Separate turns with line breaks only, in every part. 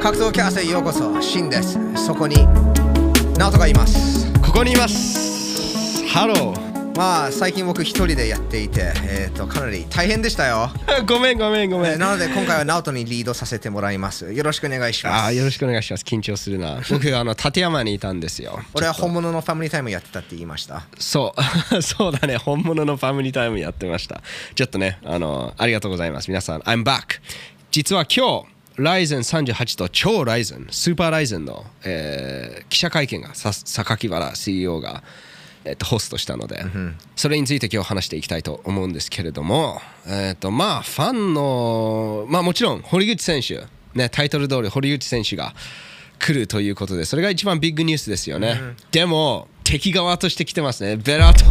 格闘キャストへようこそシンですそこにナオトがいます
ここにいますハロー
まあ最近僕一人でやっていてえっ、とかなり大変でしたよ
ごめんごめんごめ
え
ん
なので今回はナオトにリードさせてもらいますよろしくお願いします
あーよろしくお願いします緊張するな僕あの 立山にいたんですよ
俺は本物のファミリータイムやってたって言いました
そうそう だね本物のファミリータイムやってましたちょっとねあのありがとうございます皆さん I'm back 実は今日ライゼン38と超ライゼンスーパーライゼンの、えー記者会見がさ榊原 CEO が、えっとホストしたので、それについて今日話していきたいと思うんですけれども、えっとまあファンのまあもちろん堀口選手、ね、タイトル通り堀口選手が来るということでそれが一番ビッグニュースですよね、でも敵側として来てますねベラト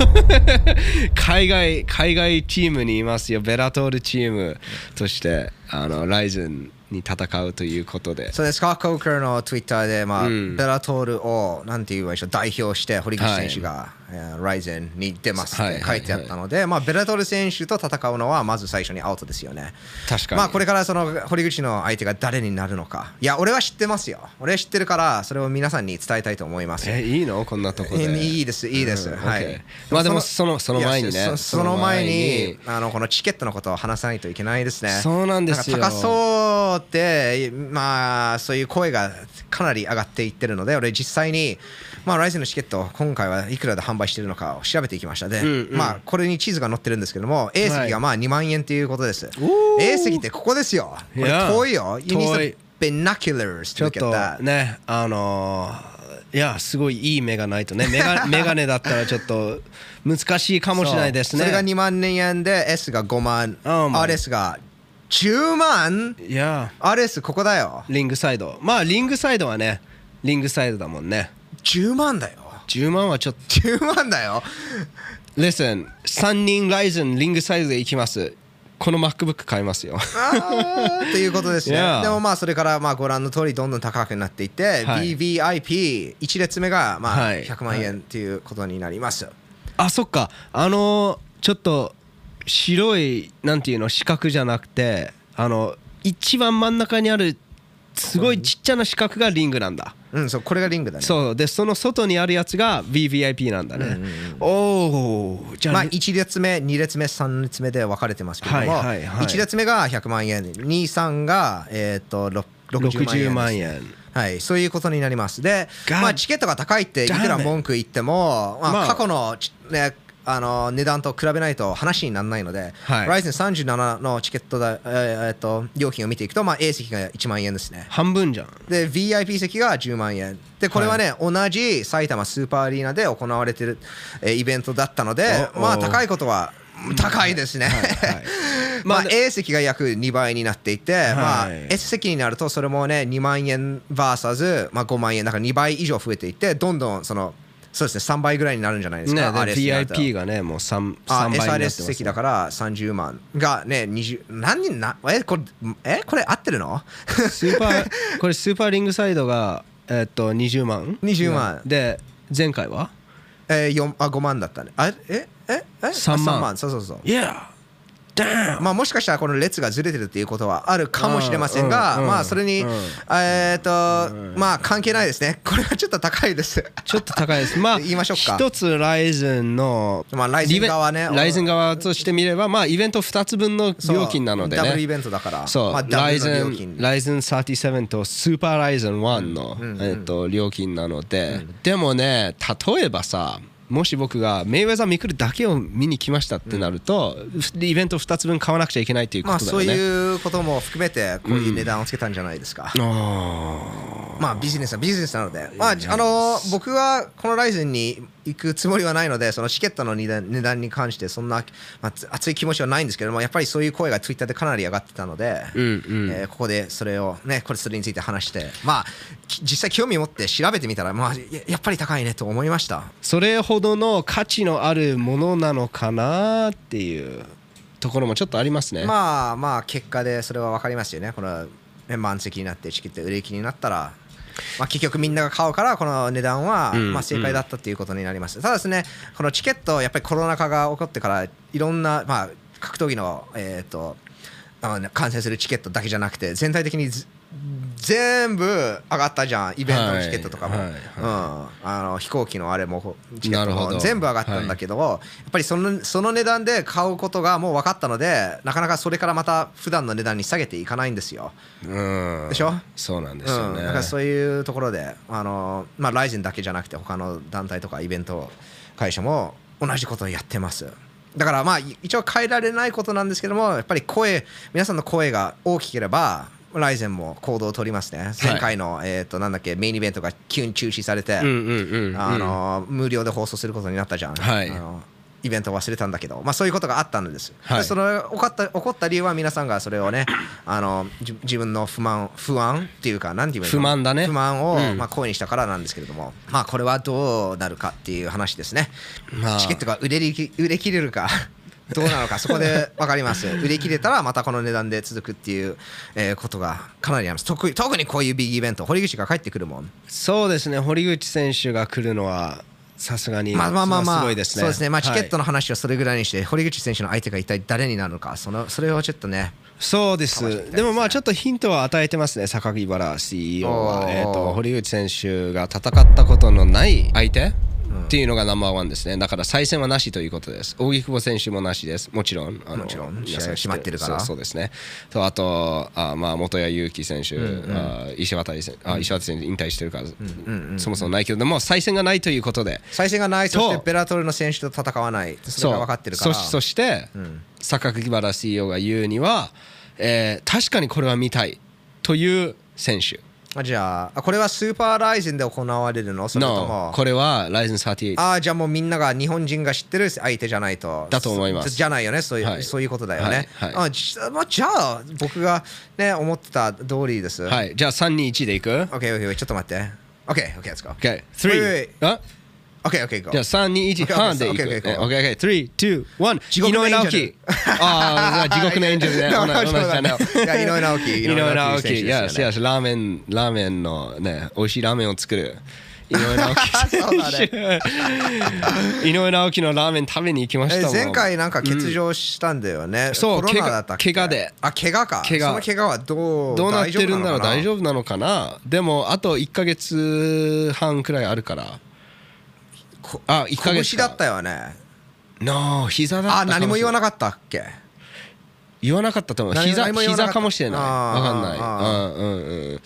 海外海外チームにいますよベラトールチームとしてあのライズンに戦うということで
そうですスコット・コーカーのツイッターで、まあベラトールをなんて言えばいいでしょう代表して堀口選手が、えーライゼンに出ますっ
はいは
て
い
書いてあったので、まあ、ベラトール選手と戦うのはまず最初にアウトですよね。
確かに
まあ、これからその堀口の相手が誰になるのかいや俺は知ってますよ俺は知ってるからそれを皆さんに伝えたいと思います。
えいいのこんなとこで
えいいですいいです、
うん
はい
OK まあでもそのその前に
い
ね
やそその前
その前
に
に
あのこのチケットのことを話さないといけないですね
そうなんですよ
か高そうってまあそういう声がかなり上がっていってるので俺実際にまあライゼンのチケット今回はいくらで販売してるのかを調べていきましたで、
んうん
まあこれに地図が載ってるんですけども A 席がまあ2万円ということです、
おー
A 席ってここですよこれ
いや
遠いよ You need some
遠い
binoculars
ち
to
ょっ
look at
と
that
ねあのーいやすごいいい目がないとねメガ メガネだったらちょっと難しいかもしれないですね
そうそれが2万円で S が5万、
Oh my
RS が10万
いや
?RS ここだよ。
リングサイドまあリングサイドはねリングサイドだもんね
10万だよ。
10万はちょっと
10万だ よ。
Listen 3人ライズンリングサイドで行きますこの MacBook 買いますよ
あーということですね。
Yeah
でもまあそれからまあご覧の通りどんどん高くなっていって、
はい
BVIP1 列目がまあ
はい
100万円ということになります。
あそっかあのーちょっと白いなんていうの四角じゃなくてあの一番真ん中にあるすごいちっちゃな四角がリングなんだ
うん、そう、これがリングだね。
そうでその外にあるやつが VVIP なんだね、おおじゃあ、
まあ、1列目、2列目、3列目で分かれてますけども、
はいはいはい
1列目が100万円、2、3が、えっとろ60万円です
60万円
はい、そういうことになります。で、
God
まあ、チケットが高いってい
damn it
くら文句言っても、ま
ま
あ、
あ
過去のち、ね、あの値段と比べないと話にならないので、
はい
ライゼン37のチケットだ、えーえーと料金を見ていくと、まあ、A 席が1万円ですね。
半分じゃん
で VIP 席が10万円でこれはね、同じ埼玉スーパーアリーナで行われてる、えーイベントだったので
おお
まあ高いことは高いですね、
はい
ま
ま
あ
あ
A 席が約2倍になっていて、まあ、
はい
S 席になるとそれもね2万円 VS、まあ、5万円だから2倍以上増えていってどんどんそのそうですね3倍ぐらいになるんじゃないです
ね
か、
で VIP
が
がねもう 3,
あ
3倍になっ
SRS
てます、ね、
席だから30万がね20何人なえこれえこれ合ってるの
スー パーこれスーパーリングサイドがえっと20万
20万
で前回は
えー、4あ5万だったねあえええ
3万
あそうそうそう
Yeah damn
まあもしかしたらこの列がずれてるっていうことはあるかもしれませんが、
うんうん
まあそれに、
うん
えーっと、まあ関係ないですね これはちょっと高いです
ちょっと高いです。まあ、
言いましょうか
一つライズンの、
まあライゼン側ね
リベライゼン側としてみれば、まあ、イベント2つ分の
そう
料金なのでね。
ダブルイベントだから
そう、
まあダ
ラ
ブル
イ
の
ゼ
料
ン
金
ライゼン37とスーパーライゼン1の、えっと料金なので、でもね例えばさもし僕がメイウェザー・ミクルだけを見に来ましたってなると、イベント2つ分買わなくちゃいけないっていうこ
まあ
とだ
そ
よ
う
ね。
いうことも含めてこういう値段をつけたんじゃないですか、まあビジネスはビジネスなので、まあ、あの僕はこのライゼンに行くつもりはないのでそのチケットの値段値段に関してそんな、まあ、つ熱い気持ちはないんですけどもやっぱりそういう声がツイッターでかなり上がってたので、えーここでそれをねこれそれについて話してまあき実際興味持って調べてみたら、まあ、ややっぱり高いねと思いました
それほどの価値のあるものなのかなっていうところもちょっとありますね。
まあまあ結果でそれは分かりますよねこのね満席になってチケット売れ行きになったら、まあ、結局みんなが買うからこの値段は
ん
まあ正解だったということになります、ただですねこのチケットやっぱりコロナ禍が起こってからいろんな、まあ、格闘技のえっ、とあの感染するチケットだけじゃなくて全体的にず全部上がったじゃんイベントのチケットとかも、
はいはい
うん、あの飛行機のあれもチケッ
なる
ト
ほど
も全部上がったんだけど、やっぱりそのその値段で買うことがもう分かったのでなかなかそれからまた普段の値段に下げていかないんですよ。
うん
でしょ
そうなんですよね、
うん、だからそういうところであの、まあ、ライゼンだけじゃなくて他の団体とかイベント会社も同じことをやってますだからまあい一応変えられないことなんですけどもやっぱり声皆さんの声が大きければライゼンも行動を取りますね前回の、えー、となんだっけメインイベントが急に中止されて、
うんうんうんうん
あの無料で放送することになったじゃん、
はい
あのイベントを忘れたんだけど、まあ、そういうことがあったんです、
はい
でその起こった起こった理由は皆さんがそれをねあのじ自分の不満不安っていうか何て言えばいいの
不満だね
不満を、
うん
まあ、声にしたからなんですけれども、まあ、これはどうなるかっていう話ですね、
まあ
チケットが売れりき売れ切れる かどうなのかそこで分かります売れ切れたらまたこの値段で続くっていう、えーことがかなりあります特に特にこういうビッグイベント堀口が帰ってくるもん
そうですね堀口選手が来るのはさすがに
まあまあまあまあ、
すごいですね
そうですね。まあチケット
はい
の話をそれぐらいにして、堀口選手の相手が一体誰になるのか、そのそれをちょっとね。
そうで
かもしれないですすね
でもまあちょっとヒントは与えてますね榊原 CEO
お
は、
ー
えー、と堀口選手が戦ったことのない相手っていうのがナンバーワンですねだから再戦はなしということです荻久保選手もなしですもちろんあの
もちろん
皆さ
試合は決まってるから
そうそうですねとあとあまあ元谷祐希選手、あ石渡選あ石渡選手引退してるから、そもそもないけどでも再戦がないということで
再戦がない、そし
そ
て
う
ベラトルの選手と戦わない、それが分かってるから。
そうそしそして、榊原 CEO が言うには、えー確かにこれは見たいという選手
あじゃああ、これはスーパーライゼンで行われるのそれと
の
も。
これは Ryzen38
ああじゃあもうみんなが日本人が知ってる相手じゃないと
だと思います
じゃないよねそういう、
はい
そういうことだよね、
はいは
あ
い
じゃあまあじゃあ僕がね思ってた通りですい
はいじゃあ321でいく
OKOK ちょっと待って OKOK let's go
?OK3
Wait, wait, wait.
あ
OKOK go
じゃあ321
オッケー
半でいく
オッケーオッケー地獄のエン
OK321 井上直
ジェル
樹ああ地獄のエンジェルね
そう
同じ同じだね
そうだねいや井上直樹
井上直
選手
樹、
ですよね
yes, yes ラーメン、ラーメンのね、美味しいラーメンを作る。井上直
そうだ
樹 選手。 井上直樹のラーメン食べに行きまし
え
たもん。
前回なんか欠場したんだよね、
そう
コロナだったっけ
怪我怪我で
あ怪我か
怪我
その怪我はどう
どうなってるんだろう、大
夫
丈夫なのかな。でも、あと一ヶ月半くらいあるから。
こ
あ、一ヶ月
拳だ
か。
ったよね
No 膝だった。
あ何も言わな
かった。
かったっけ
言わなかったと思う。
何
膝、
何も言わなかっ
膝
た
かもしれない。
あー
わかん
あ
ない。うん、うん、うん。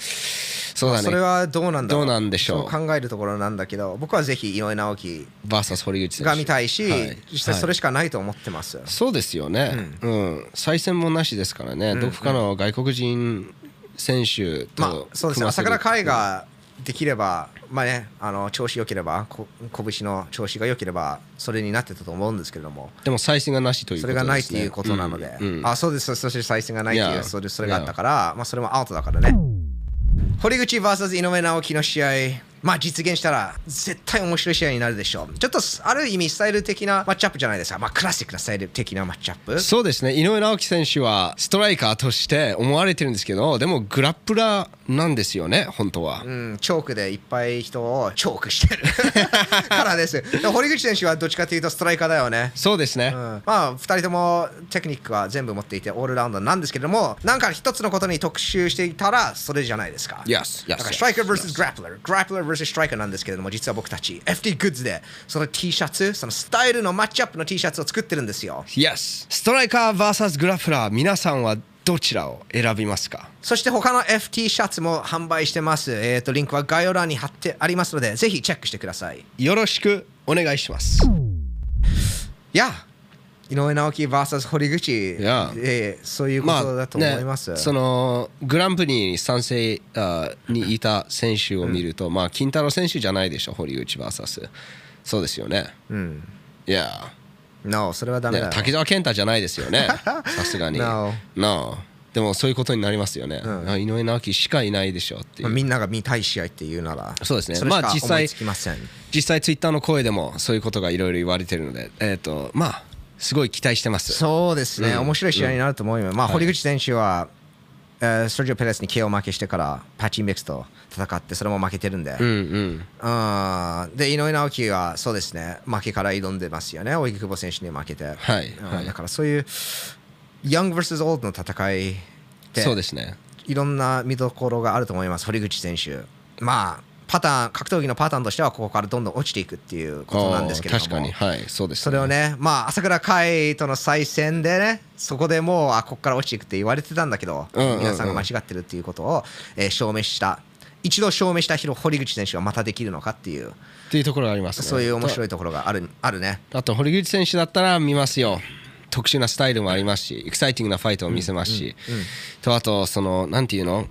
そうだ
それ
ね。
はどうなんだろ
どうなんでしょう
そ考えるところなんだけど僕はぜひ井上直樹
バーサス堀口選手。
が見たいし、
はい
実際それしかないと思ってます、
そうですよね、うん再選もなしですからね、どこかの外国人選手と
まあそうです
組
ね
ま
朝
せる
倉海ができればまあねあの調子良ければこ拳の調子が良ければそれになってたと思うんですけれども
でも再選がなしという
それ
ことです、ね、
がないっていうことなので、
うんうん
あそうですそして再選がないって
い
い
や
うそれそれがあったから、まあ、それもアウトだからね堀口 VS 井上直樹の試合まあ実現したら絶対面白い試合になるでしょうちょっとある意味スタイル的なマッチアップじゃないですかまあクラシックなスタイル的なマッチアップ
そうですね井上直樹選手はストライカーとして思われてるんですけどでもグラップラーなんですよね本当は、
うん、チョークでいっぱい人をチョークして るからです。でも堀口選手はどっちかというとストライカーだよね。
そうですね、
うん、まあ2人ともテクニックは全部持っていてオールラウンドなんですけれどもなんか一つのことに特集していたらそれじゃないですか。
Yes, yes,
だからストライカー
yes, yes.
vs グラップラーグラップラー vs ストライカーなんですけれども実は僕たち FT グッズでその T シャツそのスタイルのマッチアップの T シャツを作ってるんですよ。
Yes ストライカー VS グラップラー皆さんはどちらを選びますか
そして他の FT シャツも販売してます。えっ、とリンクは概要欄に貼ってありますのでぜひチェックしてください。
よろしくお願いします
いや、井上直樹 VS 堀口
や
で、そういうことだと思います。
ね、そのグランプリに賛成あーにいた選手を見ると、まあ金太郎選手じゃないでしょ堀内 VS そうですよね
うん。
いや
No、それはダ
ー、
メ
ね
だ、よ。
滝沢健太じゃないです よねさすがに
No
No でもそういうことになりますよね、
ん
あ井上直樹しかいないでしょってい
ま
う、
あみんなが見たい試合っていうなら、
そうですね
それし
まあ
か
実際
思いつきません。
実際ツイッターの声でもそういうことがいろいろ言われてるのでえっ、とまあすごい期待してます
そうですね、
うん
面白い試合になると思います。まあ、
はい
堀口選手は、えーストジオ・ペレスに KO 負けしてから、パチンベックスと戦って、それも負けてるんで。
うんうん
うんで井上直樹はそうですね負けから挑んでますよね荻久保選手に負けて、
はい
うん
はい
だからそういうヤング vs オールドの戦いって
そうですね
いろんな見どころがあると思います、堀口選手。まあ、パターン、格闘技のパターンとしては、ここからどんどん落ちていくっていうことなんですけれども、
確かにはいそうです、
それをね、まあ、朝倉海との再戦でね、そこでもう、あここから落ちていくって言われてたんだけど、
うんうんうん
皆さんが間違ってるっていうことを、えー証明した、一度証明した堀口選手がまたできるのかっていう、
っていうところがありますね
そういう面白
い
いところがあるあるね。
あと堀口選手だったら見ますよ特殊なスタイルもありますしエキサイティングなファイトを見せますし、とあとそのなんていうの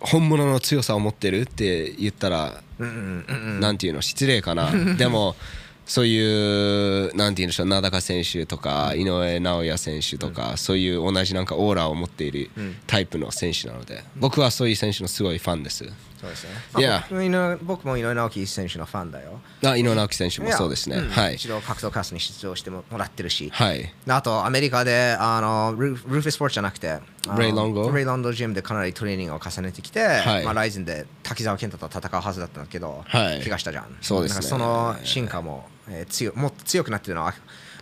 本物の強さを持ってるって言ったら
うんうんうんうん
なんていうの失礼かなでもそういうなんていうんでしょう名高選手とか井上尚弥選手とか、そういう同じなんかオーラを持っているタイプの選手なので、僕はそういう選手のすごいファンです
そうですね。
いや
僕も井上僕も井上直樹選手のファンだよ。
あ井上直樹選手もそうですね、
いやん
はい
一度格闘カースに出場してもらってるし。
はい
あとアメリカであのルールーフスポーツじゃなくてあの
レイロンゴ
レイロンゴジムでかなりトレーニングを重ねてきて、
はい
まあ、ライズンで滝沢健太と戦うはずだったんだけど、
はい
怪我したじゃん
そうですね
だからその進化も、えー強もっと強くなってるのは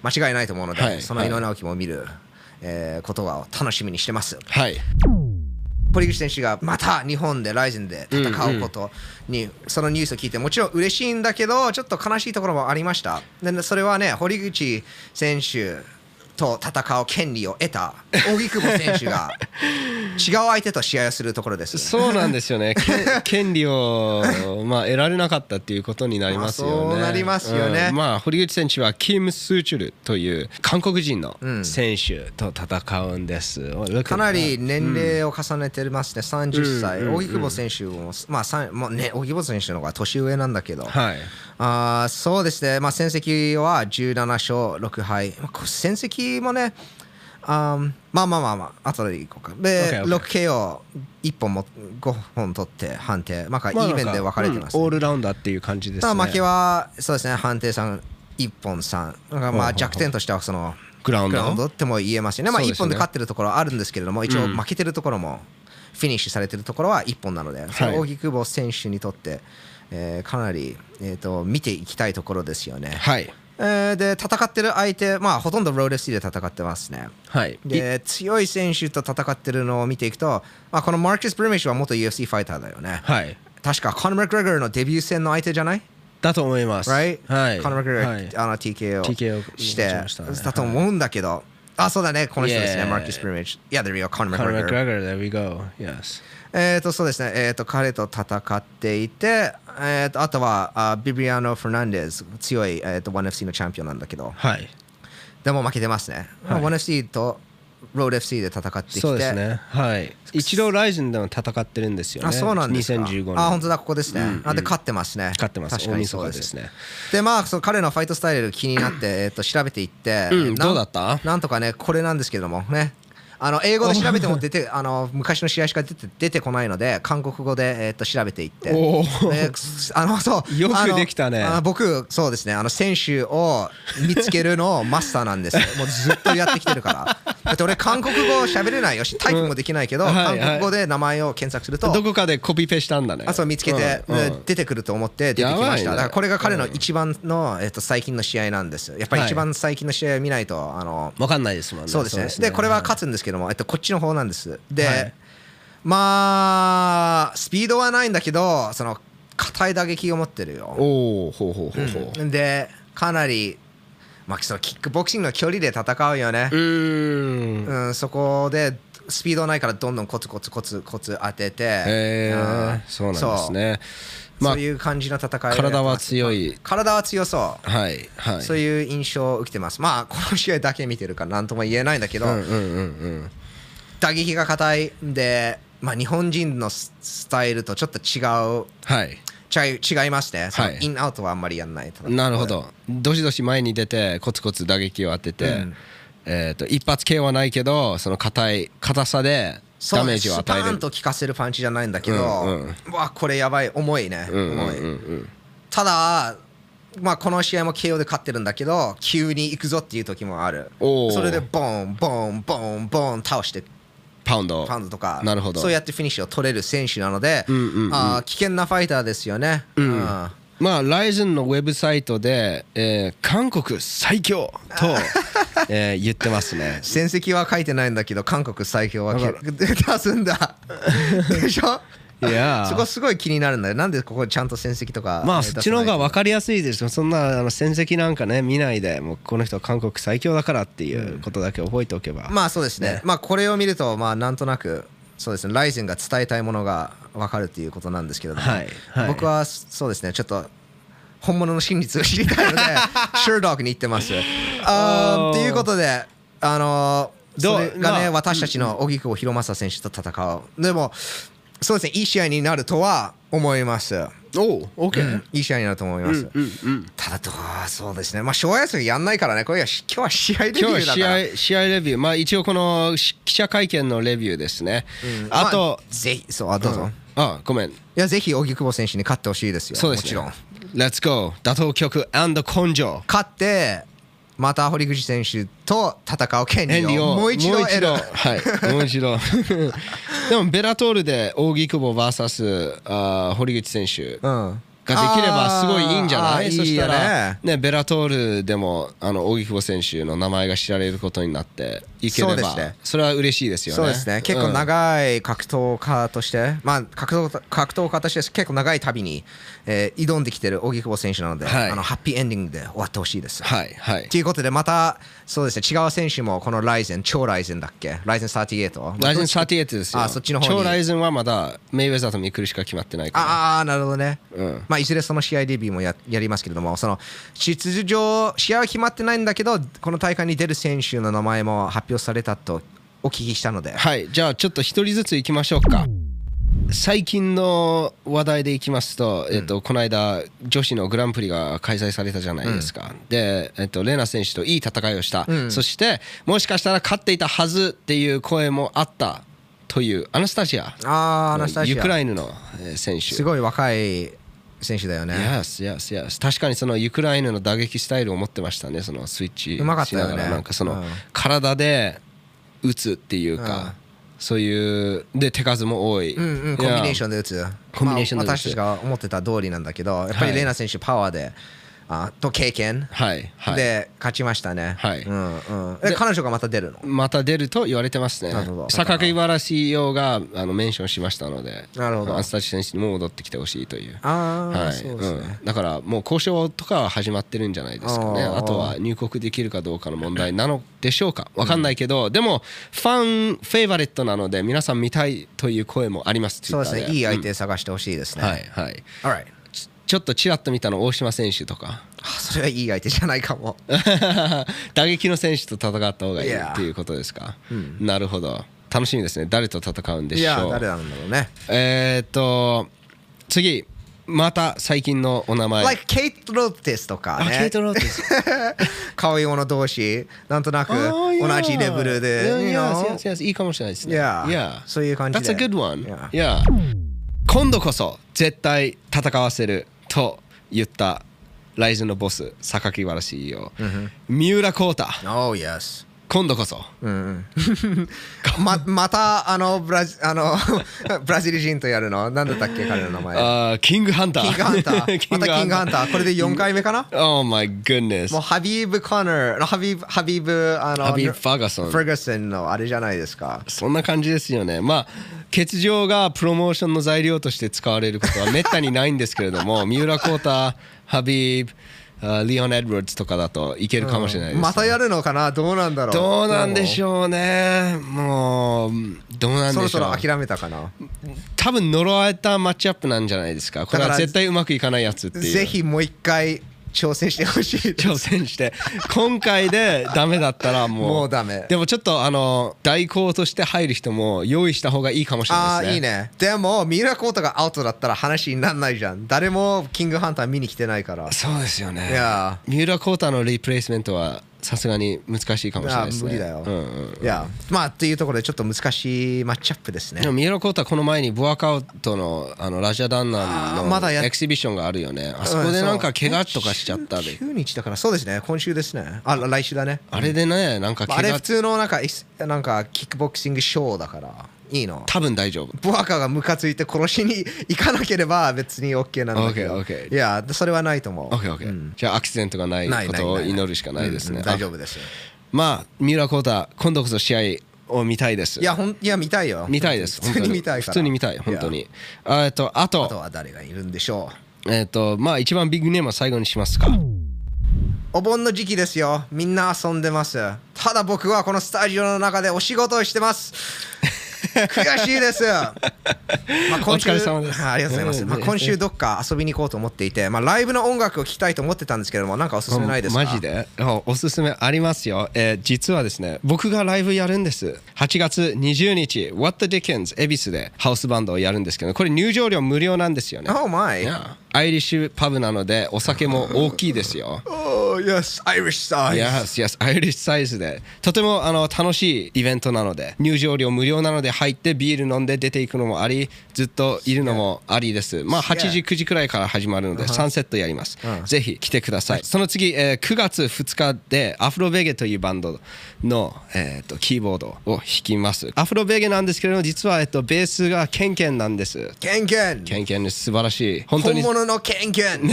間違いないと思うので、
はい
その井上直樹も見る、えーことは楽しみにしてます
はい
堀口選手がまた日本でライズンで戦うことに、そのニュースを聞いてもちろん嬉しいんだけどちょっと悲しいところもありましたでそれはね堀口選手と戦う権利を得た荻久保選手が違う相手と試合をするところです
そうなんです よね。け権利をまあ得られなかったっていうことになりますよね。
まあそうなりますよね
うんまあ堀口選手はキム・スーチュルという韓国人の
うん
選手と戦うんです。Oh, look at
かなり年齢を重ねてますね、30歳、
うんうんうん
荻久保選手も、まあさんもうね、荻久保選手の方が年上なんだけど、
that はい。
あーそうですね、まあ、戦績は17勝6敗、まあこ戦績もね、あーまあまあまあまあ、あとでいこうか。で、
OK OK
6 k o 1本も5本取って判定、まあ、イ
まあ
ーベンで分かれてます、
うん
ね
オールラウンダーっていう感じです
た
ね。
だ負けは、そうですね、判定3、1本3、なんかまあ弱点としてはその
グラウン
グラウンド
ド。
っても言えますしね、まあ、
そうで
1
すね
本で勝ってるところはあるんですけれども、一応
うん
負けてるところも、フィニッシュされてるところは1本なので、その荻久保選手にとって、えーかなり、えー、と見ていきたいところですよね。
はい
えーで戦ってる相手、まあ、ほとんどロード FC で戦ってますね。
はい。い
で強い選手と戦ってるのを見ていくと、まあ、このマークス・ブルミッシュは元 UFC ファイターだよね。
はい。
確かコナー・マクレガーのデビュー戦の相手じゃない
だと思います。
Right?
はい。
コナー・マクレガー、
はい
あの TKO,
TKO
して
打ちましたね
だと思うんだけど、あそうだねこの人ですね
Yeah
マークス・ブルミッシュ Yeah, there you go, コナー・マ
コ
ク
ナ
レ
ー・マ
ガ
ク
ー
レガー there we go. Yes.
えーとそうですね、えー、と彼と戦っていて、えー、とあとはあビビアノ・フェルナンデス強い、えー、と 1FC のチャンピオンなんだけど
はい。
でも負けてますね。まあ
はい
1FC とロード FC で戦ってきて。
そうですね。はい。一度ライズンでも戦ってるんですよね。
あ、そうなんですか。
2015年。
あ、本当だ、ここですね。
うん
あで、勝ってますね。
勝ってます。
確か
大
に
晦
そう
日
で
ですす
ね。
ね。
で、まあ、その彼のファイトスタイル気になって、えっと、調べていって、
うん
なん
どうだった
なんとかね、これなんですけどもね。あの英語で調べても出てあの昔の試合しか出て出てこないので韓国語で、えっと調べていって
おー
えーくすあのそう
よく
あの
できたね
あの僕そうですねあの選手を見つけるのをマスターなん ですよもうずっとやってきてるからだって俺韓国語喋れないよしタイプもできないけど、
うんはいはい
韓国語で名前を検索すると
どこかでコピペしたんだね。
あそう見つけて、
うんうん
で出てくると思って出てきました、
やばいね
だからこれが彼の一番の、えっと最近の試合なんですよやっぱり
はい
一番最近の試合を見ないとあの
わかんないですもんね。
そうですねでこれは勝つんですけども、えっと、こっちの方なんですで、
はい
まあスピードはないんだけどその硬い打撃を持ってるよ、
おお、ほうほうほうほう。
うんでかなり、まあ、そのキックボクシングの距離で戦うよね
う、ーん。
うん、そこでスピードないからどんどんコツコツコツコツ当てて、
え
うん
ー、そうなんですね。ま
そ
あ
う、いう感じの戦いをやってます
体は強い。
体は強そう、
はい、はい。
そういう印象を受けてますまあこの試合だけ見てるから何とも言えないんだけど、
うんうんうん
打撃が硬いんで、まあ、日本人のススタイルとちょっと違う
はい。
違い違いますね、その
はい
インアウトはあんまりやんない
なるほど。どしどし前に出て、コツコツ打撃を当て
う
て
ん、
えっと、一発系はないけど、その硬い、硬さで
そう
ダメージを
スパ
与え
ー
る
ン。と効かせるパンチじゃないんだけど、
うん
うわこれやばい重いね、
うんうん
重い
うん
ただまあこの試合も KO で勝ってるんだけど急に行くぞっていう時もある
おー
それでボンボンボンボン倒して
パウンド。
パウンドとか
なるほど
そうやってフィニッシュを取れる選手なので、
うんうんうん
あー危険なファイターですよね、うん
まあ、ライズンのウェブサイトで、えー韓国最強とえー言ってます ね
戦績は書いてないんだけど韓国最強は
だか
出すん だでしょ
いやー
そこすごい気になるんだよなんでここちゃんと戦績とか
まあ
えー
そっちの方が
出さない
分かりやすいですよそんなあの戦績なんかね見ないでもうこの人は韓国最強だからっていうことだけ覚えておけば、
まあそうですね
ね
まあこれを見るとまあなんとなくそうですねライゼンが伝えたいものが分かるっていうことなんですけれども、
はいはい
僕はそうですねちょっと本物の真実を知りたい のでシュードックに行ってますあー
おー
ということであのー
どう
それがね、
まあ
私たちの荻久保博正選手と戦うでもそうですねいい試合になるとは思います、
おうオッケ
うんいい試合になると思います、
うんうん
ただどうそうですねまあ小休みやんないからねこれは今日は試合レビュ
今
ー
日
だ
は
から
試合試合レビュー、まあ、一応このし記者会見のレビューですね、あと
ま、あぜひそうあどうぞ、い
あごめん、
やぜひ荻久保選手に勝ってほしいですよ
そうです、ね、
もち
ろん、Let's go、打倒曲根性、
ろん勝ってまた堀口選手と戦う権
ヘンリ
利
ー
を
を
もう一度 得る
はい、もう一度、 でもベラトールで扇久保 VS あー堀口選手。
うん
ができればすごいいいんじゃ
あ
な
ー
い
あー
そした
いいよ
ら
ね
ねベラトールでもあの荻久保選手の名前が知られることになっていけれ
そうです
ば
ね
それは嬉しいですよね
そうですね結構
うん
長い格闘家として、まあ格闘格闘家として結構長い旅に、えー挑んできてる荻久保選手なので、
はい
あのハッピーエンディングで終わってほしいです
はいはい
ということでまたそうですね違う選手もこのライゼン超ライゼンだっけライゼン38を
ライゼン38ですよ
あそっちの方に
超ライゼンはまだメイウェザーとミクルしか決まってないか
ああなるほどね、
うん
まあいずれその試合レビューもややりますけれどもその出場試合は決まってないんだけどこの大会に出る選手の名前も発表されたとお聞きしたので
らはいじゃあちょっと一人ずついきましょうか最近の話題でいきますと、えっと、この間女子のグランプリが開催されたじゃないですか、で、えっと、レナ選手といい戦いをした、そしてもしかしたら勝っていたはずっていう声もあったというアナスタシア
ああアナスタシア
ユクライナのえー選手
すごい若い選手だよね
Yes, yes, yes. 確かにそのウクライナの打撃スタイルを持ってましたね、そのスイッチ
うまかったよね
しながらなんかその、
うん
体で打つっていうか、
うん
そういう、で、手数も多い。
うんうんコンビネーショ
ン。
ンで打つ
コンビネーションで打つ
まあ私たちが思ってた通りなんだけどやっぱ
は
り
い
レナ選手パワーであと経験
はい、はい。
で勝ちましたね、
はい
うんうん、え彼女がまた出るの
また出ると言われてますね
なるほど。
坂木原氏用があのメンションしましたので、
なるほど
アンスタチ選手にも戻ってきてほしいという。
ああ、
はい
そうですね、
うん、だからもう交渉とかは始まってるんじゃないですかね
あー
あとは入国できるかどうかの問題なのでしょうか分かんないけど、でもファンフェイバレットなので皆さん見たいという声もあります
そうですね
Twitter
いい相手探してほしいですね、
はいはい、
Alright
ちちょっとちらっと見たの大島選手とか
あそれはいい相手じゃないかも
打撃の選手と戦った方がいい
Yeah
っていうことですか、なるほど楽しみですね誰と戦うんで
い
し
や
ょう
誰なんだろうね
えー、っと次また最近のお名前、
Like ケイト・ローテスとか
あケイ
ね
ト・ローテス
可愛い者同士なんとなく
あ
同
ーいや
じレベルで
い
you
や
know
いやいやいいかもしれないですね。
Yeah そういう感じで
That's a good one.
Yeah
Yeah. 今度こそ絶対戦わせると言ったライズのボス、榊原 CEO、三浦航太、
Oh yes
今度こそ。
うんうん、ままたあのブラジあの ブラジル人とやるのなんだったっけ彼の名前
あーキングハンター。
キングハンタ ーまたキングハンターこれで4回目かな
Oh my goodness.
もうハビーブ・コナーハビーブハビーブあの
ハビーファーガソン
ファーガソンのあれじゃないですか
そんな感じですよね。まあ欠場がプロモーションの材料として使われることはめったにないんですけれ ども三浦航太ハビーブあリオン・エドワーズとかだといけるかもしれないです、ね
またやるのかなどうなんだろう
どうなんでしょうねもうどうなんでし
そ
ょう
ろそろ諦めたかな
多分呪われたマッチアップなんじゃないですかこれ
だ
は
から
絶対うまくいかないやつっていう
ぜひもう一回挑戦してほしいです
挑戦して今回でダメだったらもう
もうダメ
でもちょっとあの代行として入る人も用意した方がいいかもしれ
あ
な
あ
いですね
ーいいねでも三浦コートがアウトだったら話にならないじゃん誰もキングハンター見に来てないから
そうですよね
いや
三浦航太のリプレイスメントはさすがに難しいかもしれない
あ
で
ー
すね
無理だよ、
うんうん
いやまあっていうところでちょっと難しいマッチアップですね
でも三浦航太この前にボアカウトのあのラジャダンナン
あ
の
ーまだやっ
エキシビションがあるよねあそこでなんか怪我とかしちゃったで
9日だからそうですね今週ですねあ来週だね
あれでねなんか
まああ
怪
れ
我
普通のなんかエスなんかキックボクシングショーだからいいの
多分大丈夫
ボアカがムカついて殺しに行かなければ別に OK なんだけど
OK OK
いやそれはないと思う
OKOK、じゃあアクシデントがない
ない
ことを
ないない
祈るしかないですね、
うん大丈夫です
あまあ三浦航太今度こそ試合を見たいです
いやほんいや見たいよ
見たいです
普通に見たいから
普通に見たい本当にあえっとあ
やあと
と
は誰がいるんでしょ
えっとまあ一番ビッグネームは最後にしますか
うお盆の時期ですよみんな遊んでますただ僕はこのスタジオの中でお仕事をしてます 悔しいです、まあ、
お疲れ様です
はいありがとうございます、まあ、
ね
今週どっか遊びに行こうと思っていて、まあ、ライブの音楽を聴きたいと思ってたんですけどもなんかおすすめないですか
マジであおすすめありますよ、えー実はですね僕がライブやるんです8月20日 What the Dickens 恵比寿でハウスバンドをやるんですけどこれ入場料無料なんですよね
Oh my
いやアイリッシュパブなのでお酒も大きいですよ
Oh yes Irish size
Yes, yes, アイリッシュサイズでとてもあの楽しいイベントなので入場料無料なので入ってビール飲んで出ていくのもありずっといるのもありですまあ
すげえ
8時9時くらいから始まるので3セットやります
うん
ぜひ来てくださいその次、えー9月2日でアフロベゲというバンドの、えー、とキーボードを弾きますアフロベゲなんですけれども実は、えっとベースがケンケンなんです
ケンケン
ケンケンです素晴らしい本当
本
に
物のケンケン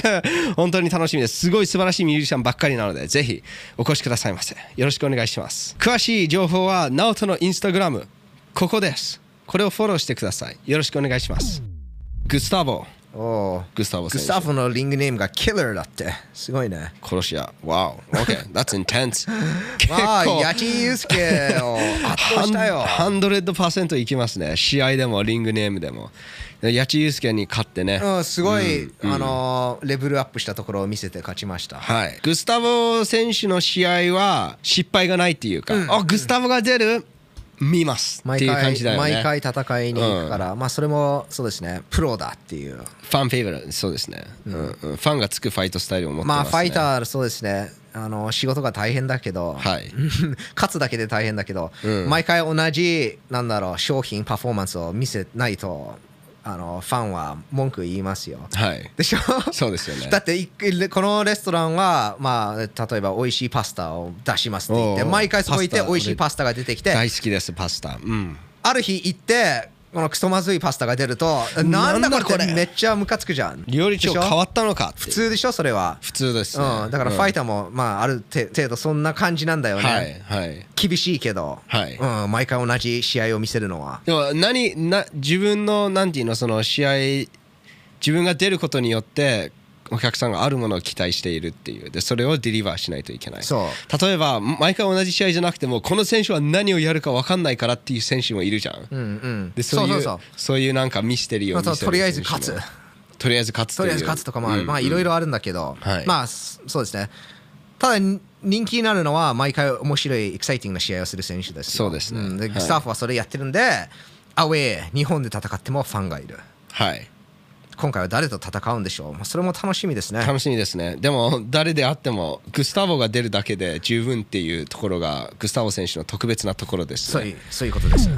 本当に楽しみです。すごい素晴らしいミュージシャンばっかりなので、ぜひお越しくださいませ。よろしくお願いします。詳しい情報は、ナオトのインスタグラム、ここです。これをフォローしてください。よろしくお願いします。グスタボ、
おー
グスタボ
グ
選
スタ
手。
フのリングネームが Killer だってすごいね
殺し屋。Wow. Okay. That's intense. 結
まあ
構
八千祐介を圧倒したよ
ハンドレッドパーセントいきますね。試合でもリングネームでも。八千祐介に勝ってね。
うん、すごい、あのーレベルアップしたところを見せて勝ちました。
はい、グスタボ選手の試合は失敗がないっていうか、あグスタボが出る見ますって
毎
いう
回
感じだよね
毎回戦いに行くから、まあそれもそうですね、プロだっていう。
ファンフェイバーそうですね、うんうんファンがつくファイトスタイルを持ってます、
ま
ね、
あファイターそうですね、あの仕事が大変だけど、
はい
勝つだけで大変だけど、毎回同じなんだろう商品パフォーマンスを見せないと、あのファンは文句言いますよ。
はい
でしょ。
そうですよね
だっていこのレストランは、まあ、例えば美味しいパスタを出しますって言って
おう
毎回そこ行って
パスタ
美味しいパスタが出てきて
大好きですパスタうん
ある日行ってこのクソまずいパスタが出るとなんだこれってめっちゃムカつくじゃん
料理長
でしょ
変わったのかって
普通でしょそれは、
普通ですね、
うん、だからファイターも、まああるて程度そんな感じなんだよね、
はいはい
厳しいけど、
はい
うん、毎回同じ試合を見せるのは
でも何な自分のなんていうのその試合自分が出ることによってお客さんがあるものを期待しているっていうでそれをデリバーしないといけない
そ
例えば毎回同じ試合じゃなくてもこの選手は何をやるか分かんないからっていう選手もいるじゃん、
うんうん
でそういう
そ
そう
そう
う
そう
いうなんかミステリーを
まあ
見せる
とりあえず勝
選
つ
手もとりあえず勝つ
とりあえず勝つとかもある、まあいろい
ろ
ろあるんだけど、
はい
まあそそうですねただに人気になるのは毎回面白いエキサイティングな試合をする選手ですよ
そうですね
ん
はい
スタッフはそれやってるんで、アウェー日本で戦ってもファンがいる
はい
今回は誰と戦うんでしょうまあそれも楽しみですね
楽しみですねでも誰であってもグスタボが出るだけで十分っていうところがグスタボ選手の特別なところです、ね、
そういうそういうことです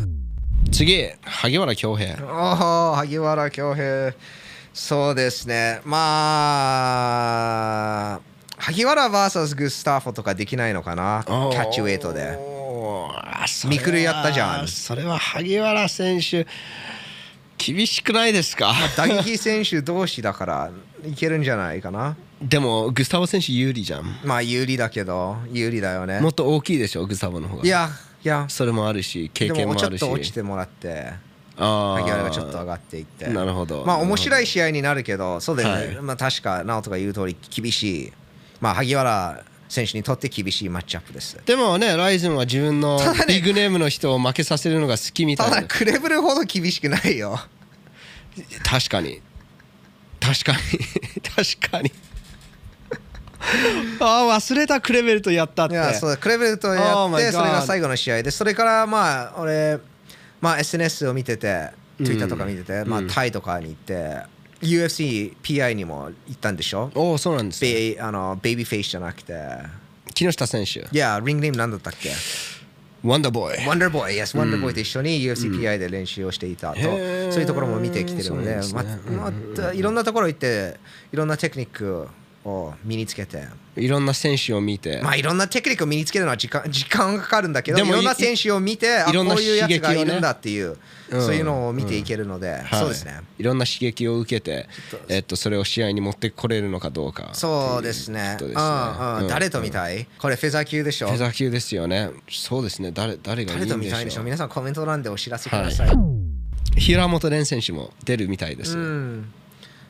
次萩原恭平
おお萩原恭平そうですねまあ萩原 VS グスタフォとかできないのかなキャッチウェイトで
ミ
ミクルやったじゃん
それは萩原選手厳しくないですか
打撃選手同士だからいけるんじゃないかな
でもグスタボ選手有利じゃん
まあ有利だけど有利だよね
もっと大きいでしょグスタボの方が
いやいや
それもあるし経
で
験
も
も
ち
あ
ょっ
るし
と落ちてもらって
あー
萩原がちょっと上がっていって
なるほど
まあ面
い
白い試合になるけどそうだよね、
は
まあ確か直人が言う通り厳しいまあ萩原選手にとって厳しいマッチアップです
でもねライズンは自分の
ただね
ビッグネームの人を負けさせるのが好きみた
た
い
だ
な
クレブルほど厳しくないよ
確かに確かに 確かにああ忘れたクレベルとやったっ
い
て
やそうだクレベルと
Oh
や
my
って
God
それが最後の試合でそれからまあ俺まあ SNS を見てて Twitter とか見てて、まあタイとかに行って UFCPI にも行ったんでしょ
おおそうなんです、ね、
ベイあのベイビーフェイスじゃなくて
木下選手
いやリングネームなんだったっけ
ワンダーボーイ
ワンダーボーイ、Yes、ワンダーボーイと一緒に UFCPI で練習をしていたと、
へー
そういうところも見てきてるので
そう
ま
なんですね
またいろんなところ行っていろんなテクニックを身につけて、
いろんな選手を見て、
まあ、いろんなテクニックを身につけるのは時間時間がかかるんだけど
でも
いろんな選手を見てあ
いろんな
こういうやつが
刺激を
い
ね
るんだっていう、
うん
そういうのを見ていけるので、
はい
そうですね
いろんな刺激を受けて、えっと、それを試合に持ってこれるのかどうか
そうですね
っていううんことですね
うん
うん
誰と見たい、これフェザー級でしょ
フェザー級ですよねそうですね誰誰がいい
誰
ん
と見
でし
たいでし
ょ
ょ
う
皆さんコメント欄でお知らせください、
平本蓮選手も出るみたいです、
うん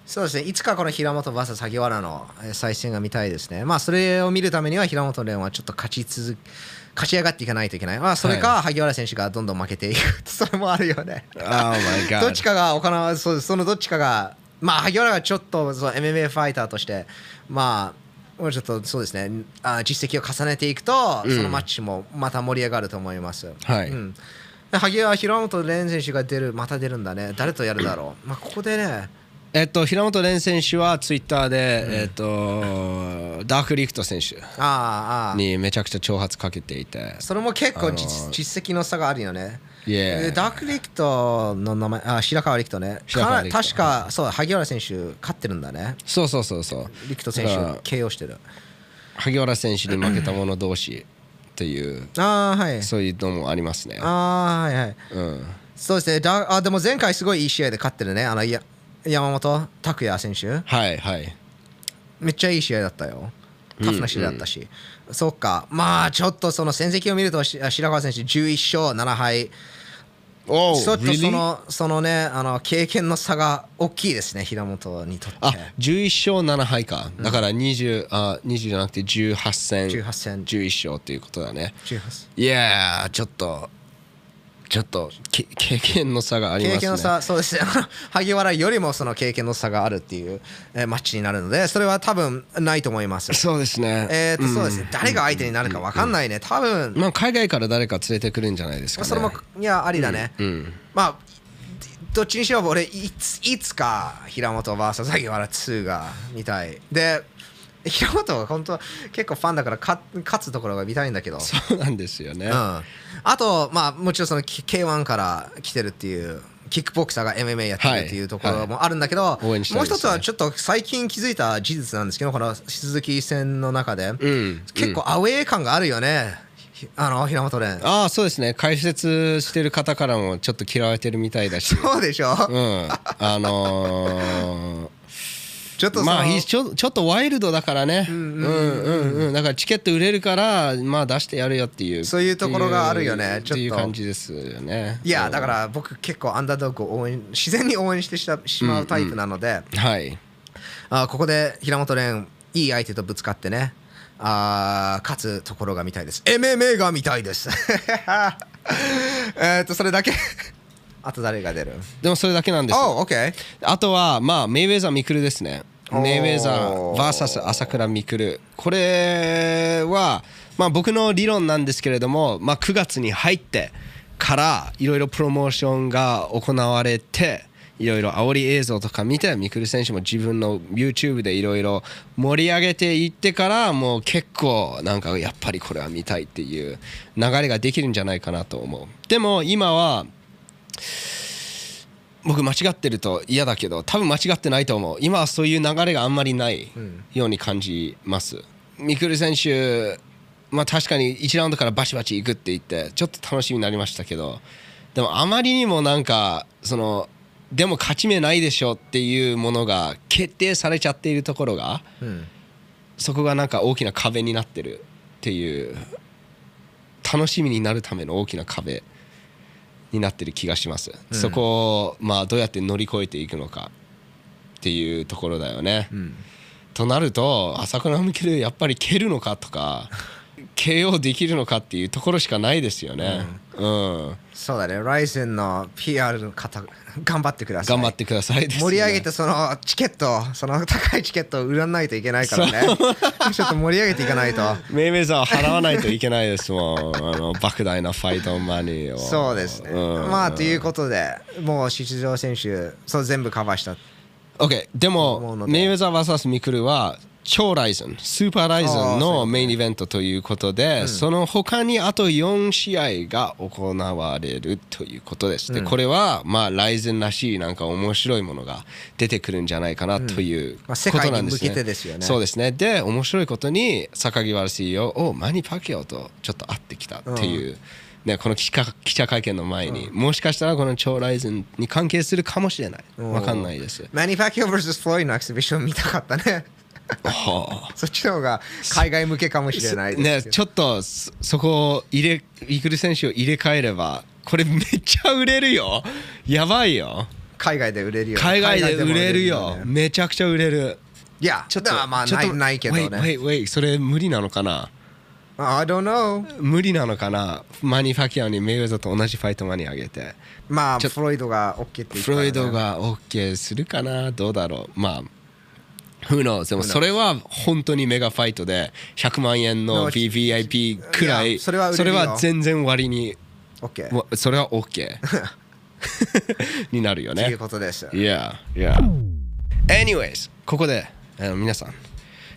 そうですねいつかこの平本 VS 萩原のえー再戦が見たいですねまあそれを見るためには平本蓮はちょっと勝ち続け勝ち上がっていかないといけない、まあ、それか萩原選手がどんどん負けていく それもあるよね
Oh my god
どっちかが行わそうそのどっちかがまあ萩原がちょっとそう MMA ファイターとしてまあもうちょっとそうですねあ実績を重ねていくと、
うん
そのマッチもまた盛り上がると思います、
はい
うん、で萩原平本蓮選手が出るまた出るんだね誰とやるだろうまあここでね
えっと、平本蓮選手はツイッターで、えっと、ダークリフト選手
ああああ
にめちゃくちゃ挑発かけていて、
それも結
あ
構
の
実,、
ー
実績の差があるよね
い
え
え
ーダークリクトの名前あ白川陸斗ね
白川
か
陸
な
斗
確かそうだ萩原選手勝ってるんだね
そうそうそうそう
陸斗選
だから
手 KO してる
萩原選手に負けた者同士っていう
ああはい
そういうのもありますね
ああはいはい
うん
そうですねだあでも前回すごいいい試合で勝ってるねあのいや山本拓也選手
はいはい
めっちゃいい試合だったよタフな試合だったし、そっかまあちょっとその戦績を見るとし白川選手11勝7敗
お
ちょっとそのそのねあの経験の差が大きいですね平本にとって
あ11勝7敗かだから20、あ20じゃなくて18戦
18戦
11勝っていうことだね
18戦
いやーちょっとちょっとけ経験の差があります
経
ね
験の差、そうですね、 あの萩原よりもその経験の差があるっていう、えーマッチになるので、それは多分ないと思います。
そうですね
えーと
ん
そうですね、誰が相手になるか分かんないね、多分
まあ海外から誰か連れてくるんじゃないですか、
まあ
ね、
それも、いや、ありだね。
うん
まあどっちにしろ俺いついつか平本 VS 萩原2が見たいで平本は本当は結構ファンだから勝勝つところが見たいんだけど
そうなんですよね、
うん、あと、まあ、もちろんその K- K1 から来てるっていうキックボクサーが MMA やってるっていうところもあるんだけど、
い応援したい
もう
ですね
一つはちょっと最近気づいた事実なんですけどこの鈴木戦の中で、
うん
結構アウェー感があるよね、ひあの平本蓮。
ああそうですね解説してる方からもちょっと嫌われてるみたいだし
そうでしょ、
うんあのー
ちょっとその、
まあいいちょちょっとワイルドだからねうんうんうんだからチケット売れるからまあ出してやるよっていう
そういうところがあるよね
って
ちょっと
いうっていう感じですよね
いやだから僕結構アンダードッグを応援自然に応援してしたしまうタイプなので、
はい
あーここで平本蓮いい相手とぶつかってねあー勝つところが見たいです MMA が見たいです えーっとそれだけ あと誰が出る
でもそれだけなんです
おう OK
あとはまあメイウェザー・ミクルですね
おー
メイウェザー VS 朝倉未来これはまあ僕の理論なんですけれどもまあ9月に入ってからいろいろプロモーションが行われていろいろ煽り映像とか見てミクル選手も自分の YouTube でいろいろ盛り上げていってからもう結構なんかやっぱりこれは見たいっていう流れができるんじゃないかなと思うでも今は僕間違ってると嫌だけど多分間違ってないと思う今はそういう流れがあんまりないように感じます、ミクル選手まあ確かに1ラウンドからバチバチいくって言ってちょっと楽しみになりましたけどでもあまりにもなんかそのでも勝ち目ないでしょっていうものが決定されちゃっているところが
うん
そこがなんか大きな壁になってるっていう楽しみになるための大きな壁になってる気がします、
うん
そこをまあどうやって乗り越えていくのかっていうところだよね、
うん
となると朝倉未来やっぱり蹴るのかとか KO できるのかっていうところしかないですよねうん、
そうだねライゼンの PR の方頑張ってください
頑張ってくださいですね、
盛り上げてそのチケットその高いチケットを売らないといけないからね ちょっと盛り上げていかないと
メイウェザーは払わないといけないですもんあの莫大なファイトマネーを
そうですね、
うん
まあということでもう出場選手そう全部カバーした
OK で
思うの
も
で
メイウェザー VS ミクルは超ライゼン、スーパーライゼンのメインイベントということで、その他にあと4試合が行われるということです。で、これは、まあ、ライゼンらしいなんか面白いものが出てくるんじゃないかなという
ま
こ
あ世
と
界
な
に
んで
向
す
け
ね。
てですよね
そうですね。で、面白いことに、榊原 CEO をマニ・パキャオとちょっと会ってきたっていう。ね、この記者記者会見の前に、もしかしたらこの超ライゼンに関係するかもしれない。
ん
わかんないです。
マニファキオ vs フロイのエキシビション見たかったね
はあ
そっちの方が海外向けかもしれないですけ
ね、
ど
ちょっとそそこを入れイクル選手を入れ替えればこれめっちゃ売れるよやばいよ
海外で売れるよね
海外で売れる
海
よ
外でも売れね
めちゃくちゃ売れる
いやちょっとまあ
ちょっ
な
と
いないけど
wait,
ね
wait, wait それ無理なのかな
I don't know
無理なのかなマニ・ファキアオにメイウェザーと同じファイトマニあげて
まあ
ちょ
フロイドが OK って言った
フ
らね
ロイドが OK するかなどうだろうまあ Who knows? でもそれは本当にメガファイトで100万円の
の
VVIP くら
い
い
やそれは売れ
そ
る
れ
よ
は全然割に
OK
もうそれは OK になるよ
という
ね。
ことです
Yeah, yeah. Anyways, ここで、あの皆さん、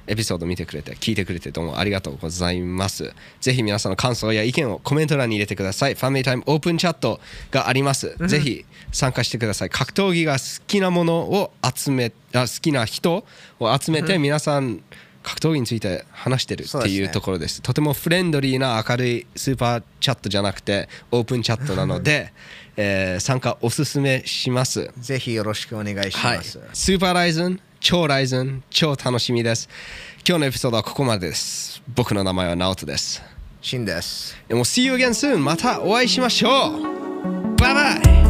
エピソード見てくれて、聞いてくれて、どうもありがとうございます。ぜひ皆さんの感想や意見をコメント欄に入れてください。ファミリータイムオープンチャットがあります。ぜひ参加してください。格闘技が好きなものを集め、あ好きな人を集めて、皆さん、格闘技について話してるっ
そう
て
です
いう
ね
ところですとてもフレンドリーな明るいスーパーチャットじゃなくてオープンチャットなので、えー参加おすすめします
ぜひよろしくお願いし
はい、
ます
スーパーライズン、超ライズン、超楽しみです。今日のエピソードはここまでです。僕の名前はナオトです。
シンです
でもう See you again soon! またお会いしましょうバイバイ